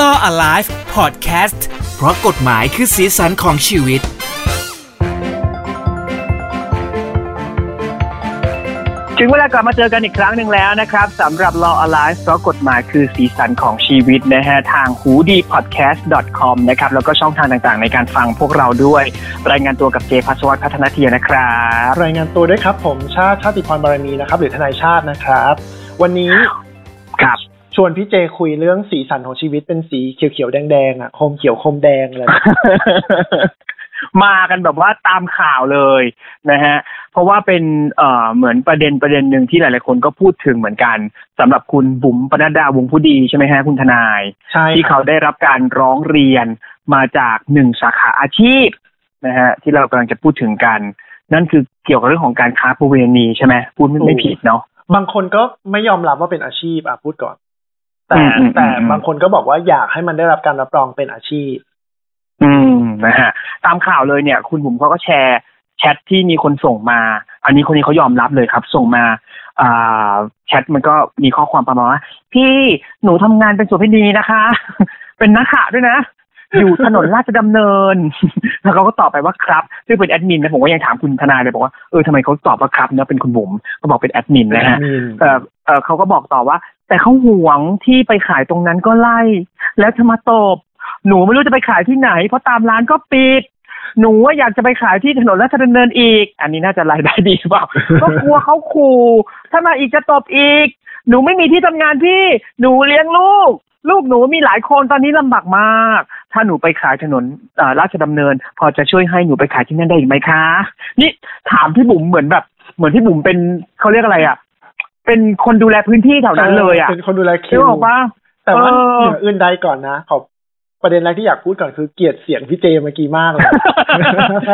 Law Alive Podcast เพราะกฎหมายคือสีสันของชีวิต ถึงเวลากลับมาเจอกันอีกครั้งหนึ่งแล้วนะครับสำหรับ Law Alive เพราะกฎหมายคือสีสันของชีวิตนะฮะทาง h o o d i podcast com นะครับแล้วก็ช่องทางต่างๆ ในการฟังพวกเราด้วย รายงานตัวกับเจพัสวัตพัฒนาเทียนะครับ รายงานตัวด้วยครับ ผมชาติชาติพรบารมีนะครับ หรือทนายชาตินะครับ วันนี้ ครับ ชวนพี่เจคุยเรื่องสีสันของชีวิตเป็นสีเขียวๆแดงๆอ่ะโคมเขียวโคมแดง เลย มากันแบบว่าตามข่าวเลยนะฮะเพราะว่าเป็นเอ่อเหมือนประเด็นประเด็นหนึ่งที่หลายๆคนก็พูดถึงเหมือนกันสำหรับคุณบุ๋มปนัดดาวงผู้ดีใช่ไหมฮะคุณทนาย ใช่คที่รั เขา บ ได้รับการร้องเรียนมาจากหนึ่งสาขาอาชีพนะฮะที่เรากำลังจะพูดถึงกัน นั่นคือเกี่ยวกับเรื่องของการค้าประเวณีใช่ไหมพูดไม่ไม่ผิดเนาะ บางคนก็ไม่ยอมรับว่าเป็นอาชีพอ่ะพูดก่อน แต่ อืมอืม แต่ อืม บางคนก็บอกว่าอยากให้มันได้รับการรับรองเป็นอาชีพ อืมนะฮะตามข่าวเลยเนี่ย คุณบุ๋มเขาก็แชร์แชทที่มีคนส่งมา อันนี้คนนี้เขายอมรับเลยครับ ส่งมาอ่าแชทมันก็มีข้อความประมาณว่าพี่หนูทำงานเป็นสุพินีนะคะ เป็นนักข่าวด้วยนะ อยู่ถนนราชดำเนิน แล้วเขาก็ตอบไปว่าครับ ซึ่งเป็นแอดมินนะผมก็ยังถามคุณทนายเลยบอกว่าเออทำไมเขาตอบว่าครับเนะเป็นคุณบุ๋มก็บอกเป็นแอดมินนะฮะ เออเออเขาก็บอกต่อว่า แต่เขาหวงที่ไปขายตรงนั้นก็ไล่ แล้วจะมาตบ หนูไม่รู้จะไปขายที่ไหน เพราะตามร้านก็ปิด หนูว่าอยากจะไปขายที่ถนนราชดำเนินอีก อันนี้น่าจะรายได้ดีห รือเปล่า ก็กลัวเขาขู่ถ้ามาอีกจะตบอีก หนูไม่มีที่ทำงานพี่ หนูเลี้ยงลูก ลูกหนูมีหลายคนตอนนี้ลำบากมาก ถ้าหนูไปขายถนนเอ่อราชดำเนิน พอจะช่วยให้หนูไปขายที่นั่นได้อีกไหมคะ นี่ถามพี่บุ๋มเหมือนแบบ เหมือนพี่บุ๋มเป็นเขาเรียกอะไรอ่ะ เป็นคนดูแลพื้นที่แถวนั้นเลยอ่ะ เป็นคนดูแลคิ นึ ว กออกปะ แต่ว่า เออ เหนืออื่นใดก่อนนะขอบประเด็นแรกที่อยากพูดก่อนคือเกลียดเสียงพี่เจเมื่อกี้มากเลย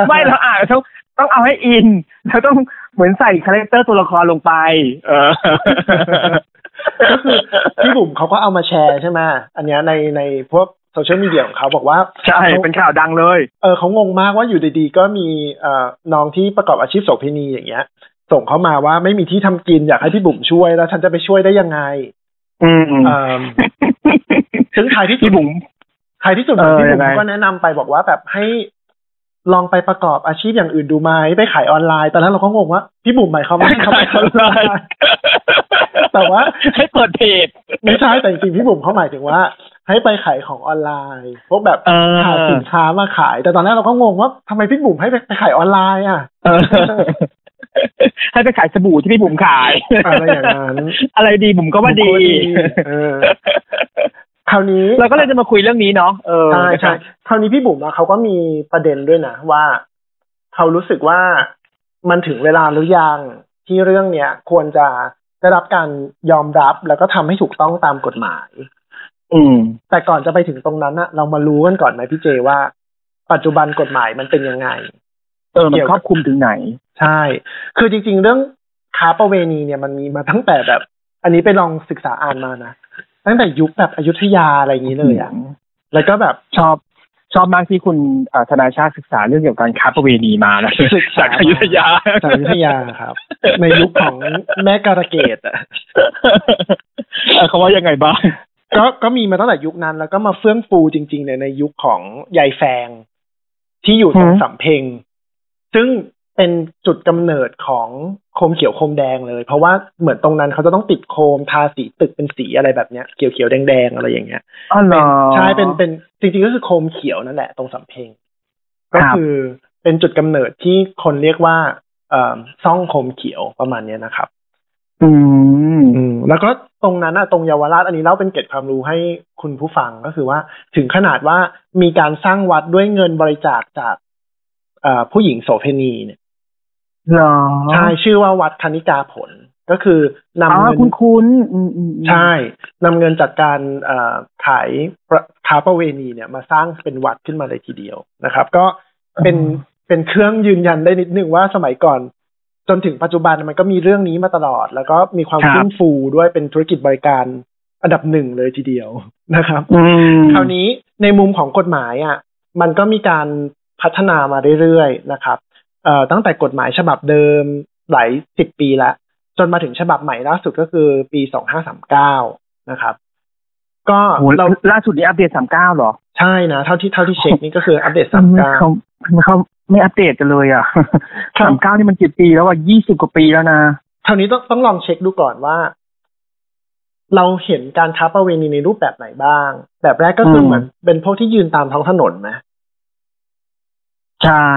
ไม่เราอ่านต้องต้องเอาให้อิน แล้วต้องเหมือนใส่คาแรคเตอร์ตัวละครลงไป เออ ก็คือพี่บุ๋มเขาก็เอามาแชร์ใช่ไหมอันเนี้ยในในพวกโซเชียลมีเดียของเขาบอกว่า ใช่ เป็นข่าวดังเลย เออเขางงมากว่าอยู่ดีๆ ก็มีเอ่อน้องที่ประกอบอาชีพโสเภณีอย่างเงี้ย ส่งเข้ามาว่าไม่มีที่ทำกินอยากให้พี่บุ๋มช่วยแล้วฉันจะไปช่วยได้ยังไง อืม เอ่อ ซึ่งท้ายที่สุด พี่บุ๋ม ใครที่สุด เออ พี่ ยั บุ๋ งไง มก็แนะนำไปบอกว่าแบบให้ลองไปประกอบอาชีพอย่างอื่นดูไหมไปขายออนไลน์ตอนนั้นเราก็งงว่าพี่บุ๋มหมายความว่า ไม่ ให้เขา ขา ไป ย ขายออนไลน์ แต่ว่า ให้เปิดเพจ ไม่ใช่แต่จริงๆพี่บุ๋มเขาหมายถึงว่า ให้ไปขายของออนไลน์พวกแบบ เออ หาสินค้ามาขาย แต่ตอนแรกเราก็งงว่าทำไมพี่บุ๋มให้ไปขายออนไลน์อ่ะ เอ อให้ไปขายสบู่ที่พี่บุ๋มขาย อะไรอย่างนั้น อะไรดีบุ๋มก็ว่าดี ผมก็เอ อคราวนี้ เราก็เลยจะมาคุยเรื่องนี้เนาะเออ ใช่ใช่คราวนี้พี่บุ๋มอะเขาก็มีประเด็นด้วยนะว่าเขารู้สึกว่ามันถึงเวลาหรือยังที่เรื่องเนี้ย ควรจะได้รับการยอมรับแล้วก็ทำให้ถูกต้องตามกฎหมาย อืม แต่ก่อนจะไปถึงตรงนั้นอะเรามารู้กันก่อนไหมพี่เจว่า ปัจจุบันกฎหมายมันเป็นยังไง เออ มั เกี่ น ยว ค กั รอบ บคลุมถึงไหน ใช่ คือจริง ๆ เรื่องค้าประเวณีเนี่ยมันมีมาตั้งแต่แบบ อันนี้ไปลองศึกษาอ่านมานะ ตั้งแต่ยุคแบบอยุธยาอะไรอย่างนี้เลยอะแล้วก็แบบ ชอบชอบมากที่คุณเอ่อธนาชาติศึกษาเรื่องเกี่ยวกับการค้าประเวณีมานะ ศึกษา จากอยุธย า จากอยุธยาครับ ในยุคของแม่การะเกดอะ เออเขาว่ายังไงบ้าง ก็ก็มีมาตั้งแต่ยุคนั้น แล้วก็มาเฟื่องฟูจริง ๆ เนี่ยในยุคของยายแฟง ที่อยู่ตรง หือ สำเพ็ง ซึ่งเป็นจุดกำเนิดของโคมเขียวโคมแดงเลย เพราะว่าเหมือนตรงนั้นเขาจะต้องติดโคมทาสีตึกเป็นสีอะไรแบบเนี้ยเขียวๆแดงๆอะไรอย่างเงี้ย อ๋อเหรอ ใช่เป็นเป็นจริงๆก็คือโคมเขียวนั่นแหละตรงสำเพ็ง ครั ก็ บ คือเป็นจุดกำเนิดที่คนเรียกว่าเอ่อซ่องโคมเขียวประมาณเนี้ยนะครับ อืม อืม แล้วก็ตรงนั้นอะตรงเยาวราชอันนี้เล่าเป็นเกร็ดความรู้ให้คุณผู้ฟังก็คือว่า ถึงขนาดว่ามีการสร้างวัดด้วยเงินบริจาคจากเอ่อผู้หญิงโสเภณีเนี่ย เหรอ ใช่ชื่อว่าวัดคณิกาผลก็คือนำ อ๋อ เงิน คุณคุณอืมอืมอืม ใช่นำเงินจากการเอ่อขายประค้าประเวณีเนี่ยมาสร้างเป็นวัดขึ้นมาเลยทีเดียวนะครับ ก็เป็นเป็นเครื่องยืนยันได้นิดนึงว่าสมัยก่อน จนถึงปัจจุบันมันก็มีเรื่องนี้มาตลอด แล้วก็มีความขึ้นฟูด้วยเป็นธุรกิจบริการอันดับหนึ่งเลยทีเดียวนะครับ อืม คราวนี้ในมุมของกฎหมายอ่ะมันก็มีการพัฒนามาเรื่อยๆนะครับเอ่อตั้งแต่กฎหมายฉบับเดิมหลายสิบปีละจนมาถึงฉบับใหม่ล่าสุดก็คือปีสองห้าสามเก้านะครับ ก็ โอ้โห เรา ล่าสุดนี้อัปเดตสามเก้าหรอ ใช่นะเท่าที่เท่าที่เช็คนี่ก็คืออัปเดตสามเก้า เขาเขาไม่อัปเดตกันเลยอ่ะ ครับ สามเก้านี่มันกี่ปีแล้วอ่ะยี่สิบกว่าปีแล้วนะ เท่านี้ต้องต้องลองเช็คดูก่อนว่า เราเห็นการค้าประเวณีในรูปแบบไหนบ้าง แบบแรกก็คืออ ม เหมือนเป็นพวกที่ยืนตามท้องถนนนะ ใช่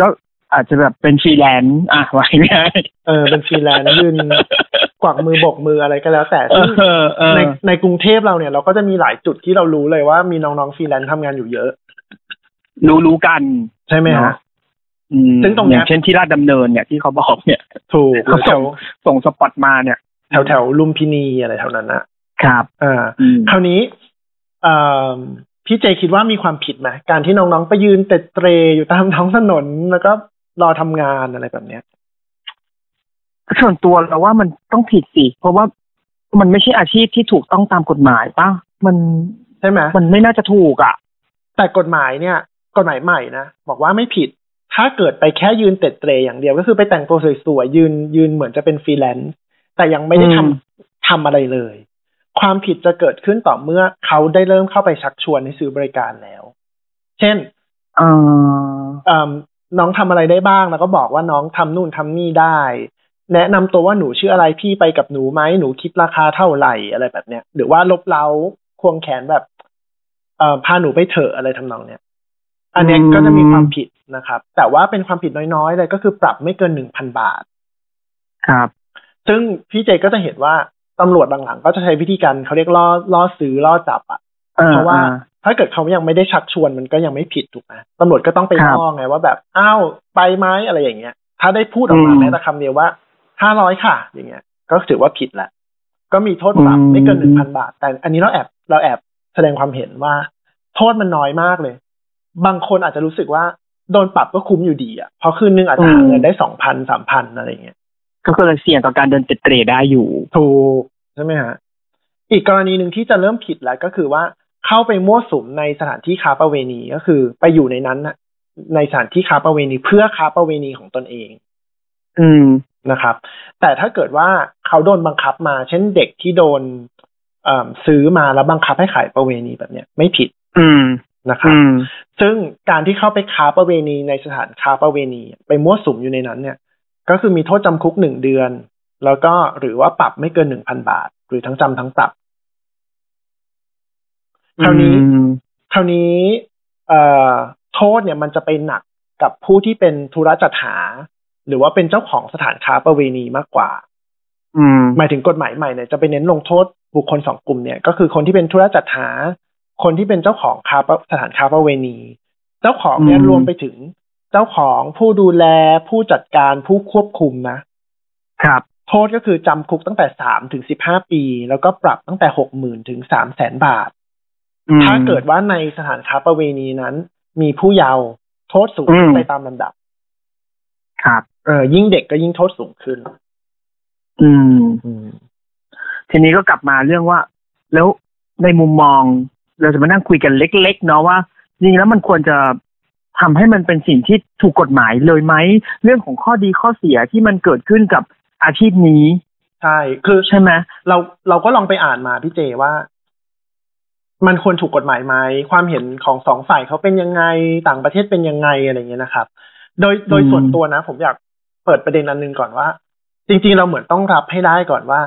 ก็อาจจะแบบเป็นฟรีแลนซ์อ่ะ ไว้ไม่ได้ เออเป็นฟรีแลนซ์ยืนกวักมือบกมืออะไรก็แล้ว แต่ เอ ซึ่ง อเออ ในในกรุงเทพเราเนี่ย เราก็จะมีหลายจุดที่เรารู้เลยว่ามีน้องๆฟรีแลนซ์ทำงานอยู่เยอะ รู้รู้กัน ใช่ไหมฮะ อืม ซึ่งตรงเนี้ อย ย่างเช่นที่ลาดดำเนินเนี่ยที่เขาบอกเนี่ย ถูกหรือแถว ส่งสปอตมาเนี่ย แถวแถวลุมพินีอะไรแถวนั้นนะครับ อ่า อืม คราวนี้เอ่อพี่เจคิดว่ามีความผิดไหมการที่น้องๆไปยืนเตะเตรอยู่ตามท้องถนนแล้วก็รอทำงานอะไรแบบเนี้ย ส่วนตัวเราว่ามันต้องผิดสิเพราะว่ามันไม่ใช่อาชีพที่ถูกต้องตามกฎหมายป่ะมัน ใช่ไหม มันไม่น่าจะถูกอ่ะ แต่กฎหมายเนี่ย กฎหมายใหม่นะบอกว่าไม่ผิด ถ้าเกิดไปแค่ยืนเตะเตรอย่างเดียว ก็คือไปแต่งตัวสวยๆยืนยืนเหมือนจะเป็นฟรีแลนซ์แต่ยังไม่ได้ทำ อืม ทำอะไรเลย ความผิดจะเกิดขึ้นต่อเมื่อเขาได้เริ่มเข้าไปชักชวนให้ซื้อบริการแล้ว เช่น เออ เอิ่มน้องทำอะไรได้บ้าง แล้วก็บอกว่าน้องทำนู่นทำนี่ได้ แนะนำตัวว่าหนูชื่ออะไรพี่ไปกับหนูไหมหนูคิดราคาเท่าไหร่อะไรแบบเนี้ย หรือว่าลบเล้าควงแขนแบบ เอ่อพาหนูไปเถอะอะไรทำนองเนี้ย อันเนี้ยก็จะมีความผิดนะครับ แต่ว่าเป็นความผิดน้อยๆเลยก็คือปรับไม่เกินหนึ่งพันบาท ครับ ซึ่งพี่เจก็จะเห็นว่าตำรวจบางหลังก็จะใช้วิธีการเขาเรียกล่อล่อซื้อล่อจับอ่ะ เออ เพราะว่า ออ ถ้าเกิดเขายังไม่ได้ชักชวนมันก็ยังไม่ผิดถูกไหมตำรวจก็ต้องไป ครับ ล่อไงว่าแบบอ้าวไปไหมอะไรอย่างเงี้ย ถ้าได้พูดออกมา อืม แม้แต่คำเดียวว่าห้าร้อยค่ะ อย่างเงี้ย ก็ถือว่าผิดละก็มีโทษปรับ อืม ไม่เกินหนึ่งพันบาท แต่อันนี้เราแอบเราแอบแสดงความเห็นว่า โทษมันน้อยมากเลย บางคนอาจจะรู้สึกว่าโดนปรับก็คุ้มอยู่ดีอ่ะเพราะคืนนึงอาจจะหาเงินได้สองพันสามพันอะไรอย่างเงี้ย ก็คือเลยเสี่ยงต่อการเดินเตะเตะได้อยู่ ถูกใช่ไหมฮะ อีกกรณีหนึ่งที่จะเริ่มผิดแล้วก็คือว่าเข้าไปมั่วสุมในสถานที่ค้าประเวณีก็คือ ไปอยู่ในนั้นนะในสถานที่ค้าประเวณีเพื่อค้าประเวณีของตนเอง อืม นะครับ แต่ถ้าเกิดว่าเขาโดนบังคับมา เช่นเด็กที่โดนเอิ่มซื้อมาแล้วบังคับให้ขายประเวณีแบบเนี้ยไม่ผิด อืม นะครับ อืม ซึ่งการที่เข้าไปค้าประเวณีในสถานค้าประเวณี ไปมั่วสุมอยู่ในนั้นเนี่ย ก็คือมีโทษจำคุกหนึ่งเดือน แล้วก็หรือว่าปรับไม่เกินหนึ่งพันบาท หรือทั้งจำทั้งปรับ คราวนี้ คราวนี้เอ่อโทษเนี่ยมันจะไปหนักกับผู้ที่เป็นธุระจัดหา หรือว่าเป็นเจ้าของสถานค้าประเวณีมากกว่า อืม หมายถึงกฎหมายใหม่เนี่ยจะไปเน้นลงโทษบุคคลสองกลุ่มเนี่ยก็คือคนที่เป็นธุระจัดหา คนที่เป็นเจ้าของค้าประสถานค้าประเวณี เจ้าของเนี่ย อืม รวมไปถึงเจ้าของผู้ดูแลผู้จัดการผู้ควบคุมนะครับ โทษก็คือจำคุกตั้งแต่สามถึงสิบห้าปี แล้วก็ปรับตั้งแต่หกหมื่นถึงสามแสนบาท อืม ถ้าเกิดว่าในสถานค้าประเวณีนั้น มีผู้เยาว์โทษสูงขึ้น อืม ไปตามลำดับ ครับ เออยิ่งเด็กก็ยิ่งโทษสูงขึ้น อืม ทีนี้ก็กลับมาเรื่องว่า แล้วในมุมมอง เราจะมานั่งคุยกันเล็ก ๆ เนาะว่าจริงๆแล้วมันควรจะทำให้มันเป็นสิ่งที่ถูกกฎหมายเลยไหม เรื่องของข้อดีข้อเสียที่มันเกิดขึ้นกับอาชีพนี้ ใช่คือ ใช่ไหม เราเราก็ลองไปอ่านมาพี่เจว่า มันควรถูกกฎหมายไหมความเห็นของสองฝ่ายเขาเป็นยังไงต่างประเทศเป็นยังไงอะไรเงี้ยนะครับ โดยโดยส่วนตัวนะ ผมอยากเปิดประเด็นอันหนึงก่อนว่า จริง ๆ เราเหมือนต้องรับให้ได้ก่อนว่า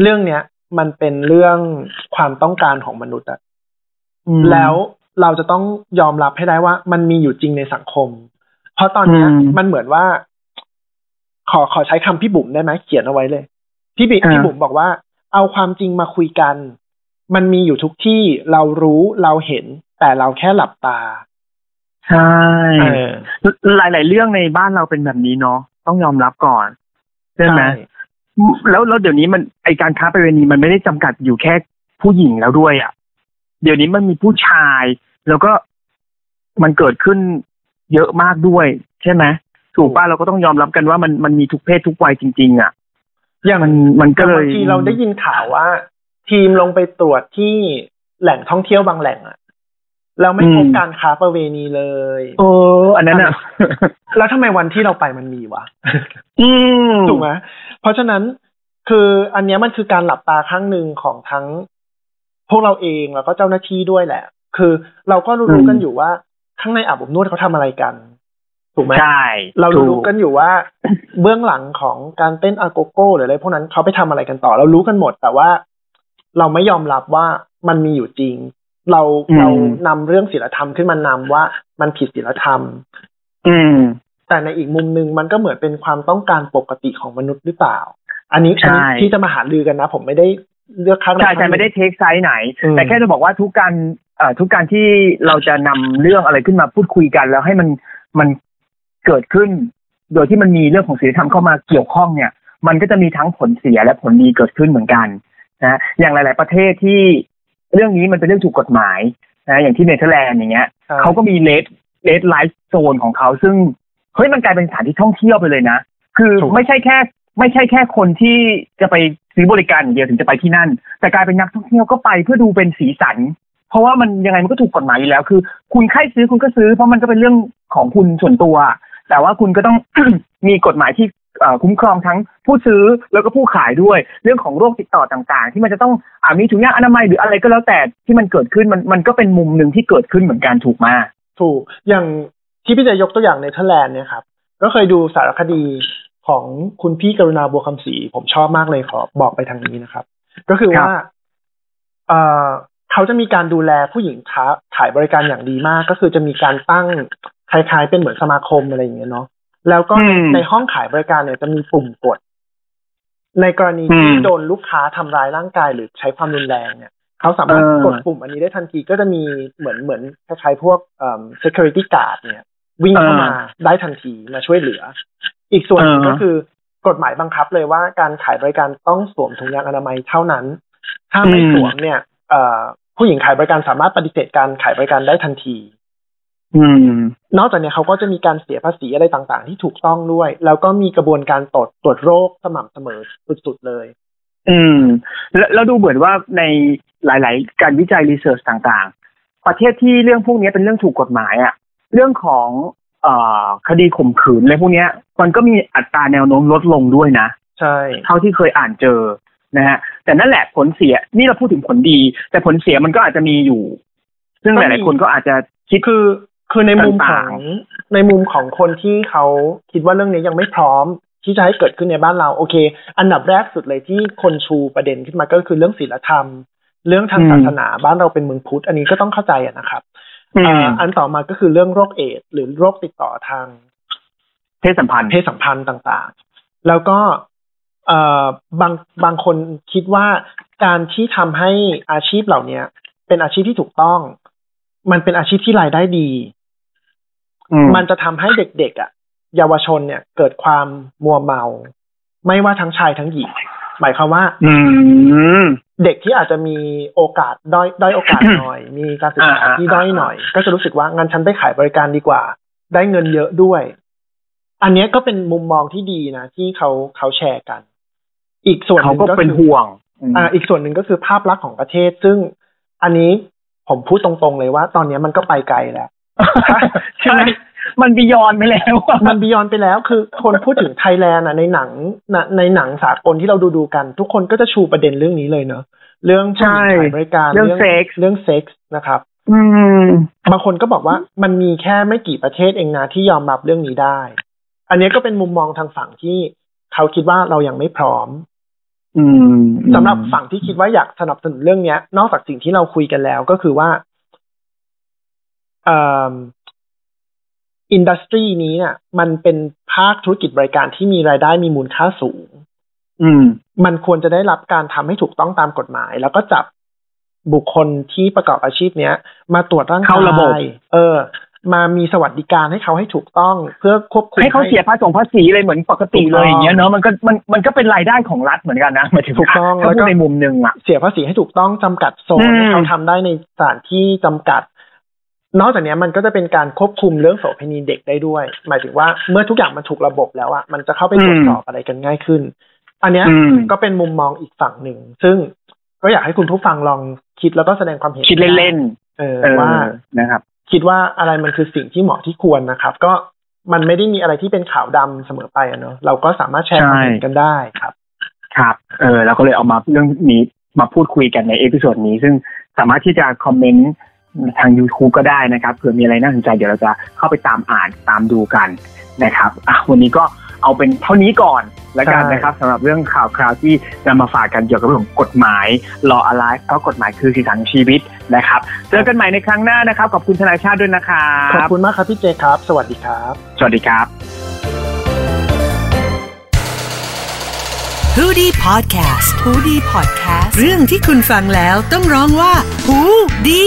เรื่องเนี้ย มันเป็นเรื่องความต้องการของมนุษย์อะ อืม แล้วเราจะต้องยอมรับให้ได้ว่า มันมีอยู่จริงในสังคม เพราะตอนเนี้ย อืม มันเหมือนว่า ขอขอใช้คำพี่บุ๋มได้ไหมเขียนเอาไว้เลย พี่บิ อ่า พี่บุ๋มบอกว่า เอาความจริงมาคุยกัน มันมีอยู่ทุกที่เรารู้เราเห็น แต่เราแค่หลับตา ใช่ อ หลาย ๆ เรื่องในบ้านเราเป็นแบบนี้เนาะต้องยอมรับก่อนใช่ไหม ใช่ แล้วแล้วเดี๋ยวนี้มันไอการค้าประเวณีมันไม่ได้จำกัดอยู่แค่ผู้หญิงแล้วด้วยอะ่ะ เดี๋ยวนี้มันมีผู้ชาย แล้วก็มันเกิดขึ้นเยอะมากด้วย ใช่ไหมถูกป้ะเราก็ต้องยอมรับกันว่ามันมันมีทุกเพศทุกวัยจริง ๆ อ่ะ อย่าง มันมันก็เลย บางทีเราได้ยินข่าวว่า ทีมลงไปตรวจที่แหล่งท่องเที่ยวบางแหล่งอะเราไม่พบ อืม การค้าประเวณีเลย เออ อันนั้น อ่ะ แล้วทำไมวันที่เราไปมันมีวะ อืม ถูกไหมเพราะฉะนั้นคืออันเนี้ยมันคือการหลับตาข้างหนึ่งของทั้ง พวกเราเองแล้วก็เจ้าหน้าที่ด้วยแหละ คือเราก็รู้ อืม ๆกันอยู่ว่าข้างในอาบอบนวดเขาทำอะไรกันถูกไหม ใช่ เรา ถู รู้ๆกันอยู่ว่า เบื้องหลังของการเต้นอาโกโก้หรืออะไรพวกนั้นเขาไปทำอะไรกันต่อ เรารู้กันหมด แต่ว่า เราไม่ยอมรับว่ามันมีอยู่จริง เราเรานำเรื่องศีลธรรมขึ้นมานำว่ามันผิดศีลธรรม อืม แต่ในอีกมุมหนึ่งมันก็เหมือนเป็นความต้องการปกติของมนุษย์หรือเปล่า อันนี้อันนี้ ใช่ ที่จะมาหาลือกันนะ ผมไม่ได้เลือกข้างใด ใช่ ข้างใช่หนึ่ง ไม่ได้เทคไซส์ไหน อืม แต่แค่จะบอกว่าทุกการเอ่อทุกการที่เราจะนำเรื่องอะไรขึ้นมาพูดคุยกัน แล้วให้มันมันเกิดขึ้น โดยที่มันมีเรื่องของศีลธรรมเข้ามาเกี่ยวข้องเนี่ย มันก็จะมีทั้งผลเสียและผลดีเกิดขึ้นเหมือนกันนะอย่างหลาย ๆ ประเทศที่เรื่องนี้มันเป็นเรื่องถูกกฎหมายนะอย่างที่เนเธอร์แลนด์อย่างเงี้ย ใช่ เขาก็มีเลดเลดไลฟ์โซนของเขาซึ่งเฮ้ยมันกลายเป็นสถานที่ท่องเที่ยวไปเลยนะ คือ ถูก ไม่ใช่แค่ ไม่ใช่แค่คนที่จะไปซื้อบริการอย่างเดียวถึงจะไปที่นั่น แต่กลายเป็นนักท่องเที่ยวก็ไปเพื่อดูเป็นสีสัน เพราะว่ามันยังไงมันก็ถูกกฎหมายอยู่แล้ว คือ คุณใครซื้อคุณก็ซื้อ เพราะมันก็เป็นเรื่องของคุณส่วนตัว แต่ว่าคุณก็ต้อง มีกฎหมายที่เอ่อคุ้มครองทั้งผู้ซื้อแล้วก็ผู้ขายด้วย เรื่องของโรคติดต่อต่างๆ ที่มันจะต้องอามีถุงยางอนามัยหรืออะไรก็แล้วแต่ที่มันเกิดขึ้นมันมันก็เป็นมุมหนึ่งที่เกิดขึ้นเหมือนกันถูกไหมา ถูกอย่างที่พี่จะยกตัวอย่างเนเธอร์แลนด์เนี่ยครับ ก็เคยดูสารคดีของคุณพี่กรุณาบัวคำศรีผมชอบมากเลยขอบอกไปทางนี้นะครับ ก็คือว่าเอ่อเขาจะมีการดูแลผู้หญิงค้าขายบริการอย่างดีมาก ก็คือจะมีการตั้งคล้ายๆ เป็นเหมือนสมาคมอะไรอย่างเงี้ยเนาะแล้วก็ อืม ในห้องขายบริการเนี่ยจะมีปุ่มกด ในกรณีที่ อืม โดนลูกค้าทำร้ายร่างกายหรือใช้ความรุนแรงเนี่ย เขาสามารถ เออ กดปุ่มอันนี้ได้ทันทีก็จะมีเหมือนเหมือนคล้ายๆพวกเอ่อ security guard เนี่ย วิ่งเข้ามา เออ ได้ทันทีมาช่วยเหลือ อีกส่วนหนึ่ง เออ ก็คือกฎหมายบังคับเลยว่าการขายบริการต้องสวมถุงยางอนามัยเท่านั้น ถ้าไม่สวมเนี่ยเอ่อผู้หญิงขายบริการสามารถปฏิเสธการขายบริการได้ทันที อืม นอกจากเนี้เขาก็จะมีการเสียภาษีอะไรต่างๆ ที่ถูกต้องด้วย แล้วก็มีกระบวนการตรวจตรวจโรคสม่ำเสมอสุดๆเลย อืมแล้วแล้วดูเหมือนว่าในหลาย ๆ การวิจัยรีเสิร์ชต่างๆ ประเทศที่เรื่องพวกนี้เป็นเรื่องถูกกฎหมายอะเรื่องของเอ่อคดีข่มขืนอะไรพวกเนี้ย มันก็มีอัตราแนวโน้มลดลงด้วยนะ ใช่ เท่าที่เคยอ่านเจอนะฮะแต่นั่นแหละผลเสียนี่เราพูดถึงผลดี แต่ผลเสียมันก็อาจจะมีอยู่ ซึ่งหลาย ๆ คนก็อาจจะคิด คือคือในมุมขอ ต่าง งในมุมของคนที่เขาคิดว่าเรื่องนี้ยังไม่พร้อม ที่จะให้เกิดขึ้นในบ้านเรา โอเค อันดับแรกสุดเลยที่คนชูประเด็นขึ้นมาก็คือเรื่องศีลธรรม เรื่องทาง อืม ศาสนาบ้านเราเป็นเมืองพุทธ อันนี้ก็ต้องเข้าใจอะนะครับ อืม อ่าอันต่อมาก็คือเรื่องโรคเอดส์หรือโรคติดต่อทาง เพศสัมพันธ์ เพศสัมพันธ์ต่างๆ แล้วก็เอ่อบางบางคนคิดว่าการที่ทำให้อาชีพเหล่าเนี้ย เป็นอาชีพที่ถูกต้อง มันเป็นอาชีพที่รายได้ดี อืม มันจะทำให้เด็กๆอ่ะ เยาวชนเนี่ย เกิดความมัวเมา ไม่ว่าทั้งชายทั้งหญิง หมายความว่า อืม เด็กที่อาจจะมีโอกาสด้อยด้อยโอกาสห น่อย มีการศึกษา อ่า ที่ อ่า ด้อยหน่อย ก็จะรู้สึกว่างั้นฉันไปขายบริการดีกว่า ได้เงินเยอะด้วย อันเนี้ยก็เป็นมุมมองที่ดีนะ ที่เขาเขาแชร์กัน อีกส่วนห เขา นึ่ง ก็ ก็ เป็น คือ ห่วงม อ่า อีกส่วนหนึ่งก็คือภาพลักษณ์ของประเทศ ซึ่งอันนี้ผมพูดตรงๆเลยว่า ตอนเนี้ยมันก็ไปไกลแล้ว ใช่ไหมมันบียอนไปแล้วอะ มันบียอนไปแล้วคือคนพูดถึงไทยแลนด์อ่ะในหนังนะในหนังสากลที่เราดูดูๆกัน ทุกคนก็จะชูประเด็นเรื่องนี้เลยเนอะเรื่องผู้หญิงขายบริการ ใช่เรื่อง sex เรื่องเซ็กส์นะครับ อืม บางคนก็บอกว่ามันมีแค่ไม่กี่ประเทศเองนะที่ยอมรับเรื่องนี้ได้ อันเนี้ยก็เป็นมุมมองทางฝั่งที่เขาคิดว่าเรายังไม่พร้อม อืม สำหรับฝั่งที่คิดว่าอยากสนับสนุนเรื่องเนี้ย นอกจากสิ่งที่เราคุยกันแล้วก็คือว่าเอินดัสทรีนี้เนี่ยมันเป็นภาคธุรกิจบริการที่มีรายได้มีมูลค่าสูง อืม มันควรจะได้รับการทำให้ถูกต้องตามกฎหมาย แล้วก็จับบุคคลที่ประกอบอาชีพเนี้ย มาตรวจร่างกาย เข้าระบบ เออ มามีสวัสดิการให้เขาให้ถูกต้องเพื่อควบคุม ให้เขาเสียภาษีภาษีเลยเหมือนปกติเลย ถูกต้อง อย่างเงี้ยเนอะมันก็มันมันก็เป็นรายได้ของรัฐเหมือนกันนะหมายถึง ถูกต้อง ถ้า แล้วก็ พูดในมุมหนึ่งอ่ะ เสียภาษีให้ถูกต้องจำกัดโซน อืม ให้เขาทำได้ในสถานที่จำกัด นอกจากเนี้ยมันก็จะเป็นการควบคุมเรื่องโสเภณีเด็กได้ด้วย หมายถึงว่าเมื่อทุกอย่างมันถูกระบบแล้วอะมันจะเข้าไปตรวจสอบอะไรกันง่ายขึ้น อันเนี้ย อืม ก็เป็นมุมมองอีกฝั่งหนึ่ง ซึ่งก็อยากให้คุณผู้ฟังลองคิดแล้วก็แสดงความเห็น คิดเล่น ๆเออ ๆเออ ว่า นะครับ คิดว่าอะไรมันคือสิ่งที่เหมาะที่ควรนะครับ ก็มันไม่ได้มีอะไรที่เป็นขาวดำเสมอไปอะเนาะเราก็สามารถแชร์ความเห็นกันได้ครับ ครับ เออเราก็เลยเอามาเรื่องนี้มาพูดคุยกันในเอพิโซดนี้ ซึ่ง สามารถที่จะคอมเมนต์ทาง YouTube ก็ได้นะครับเผื่อมีอะไรน่าสนใจเดี๋ยวเราจะเข้าไปตามอ่านตามดูกันนะครับอ่ะวันนี้ก็เอาเป็นเท่านี้ก่อนแล้วกัน ใช่ นะครับสำหรับเรื่องข่าวคราวที่นำมาฝากกันเกี่ยวกับเรื่องของกฎหมาย Law Alive เพราะกฎหมายคือสีสันของชีวิตนะครับเจอกันใหม่ในครั้งหน้านะครับขอบคุณทนายชาติด้วยนะครั ขอบบ คุณมากครับพี่เจครับ สวัสดีครับ สวัสดีครับ h o ดี้พอดแคสต์ฮูดี้พอดแคสต์เรื่องที่คุณฟังแล้วต้องร้องว่าฮูดี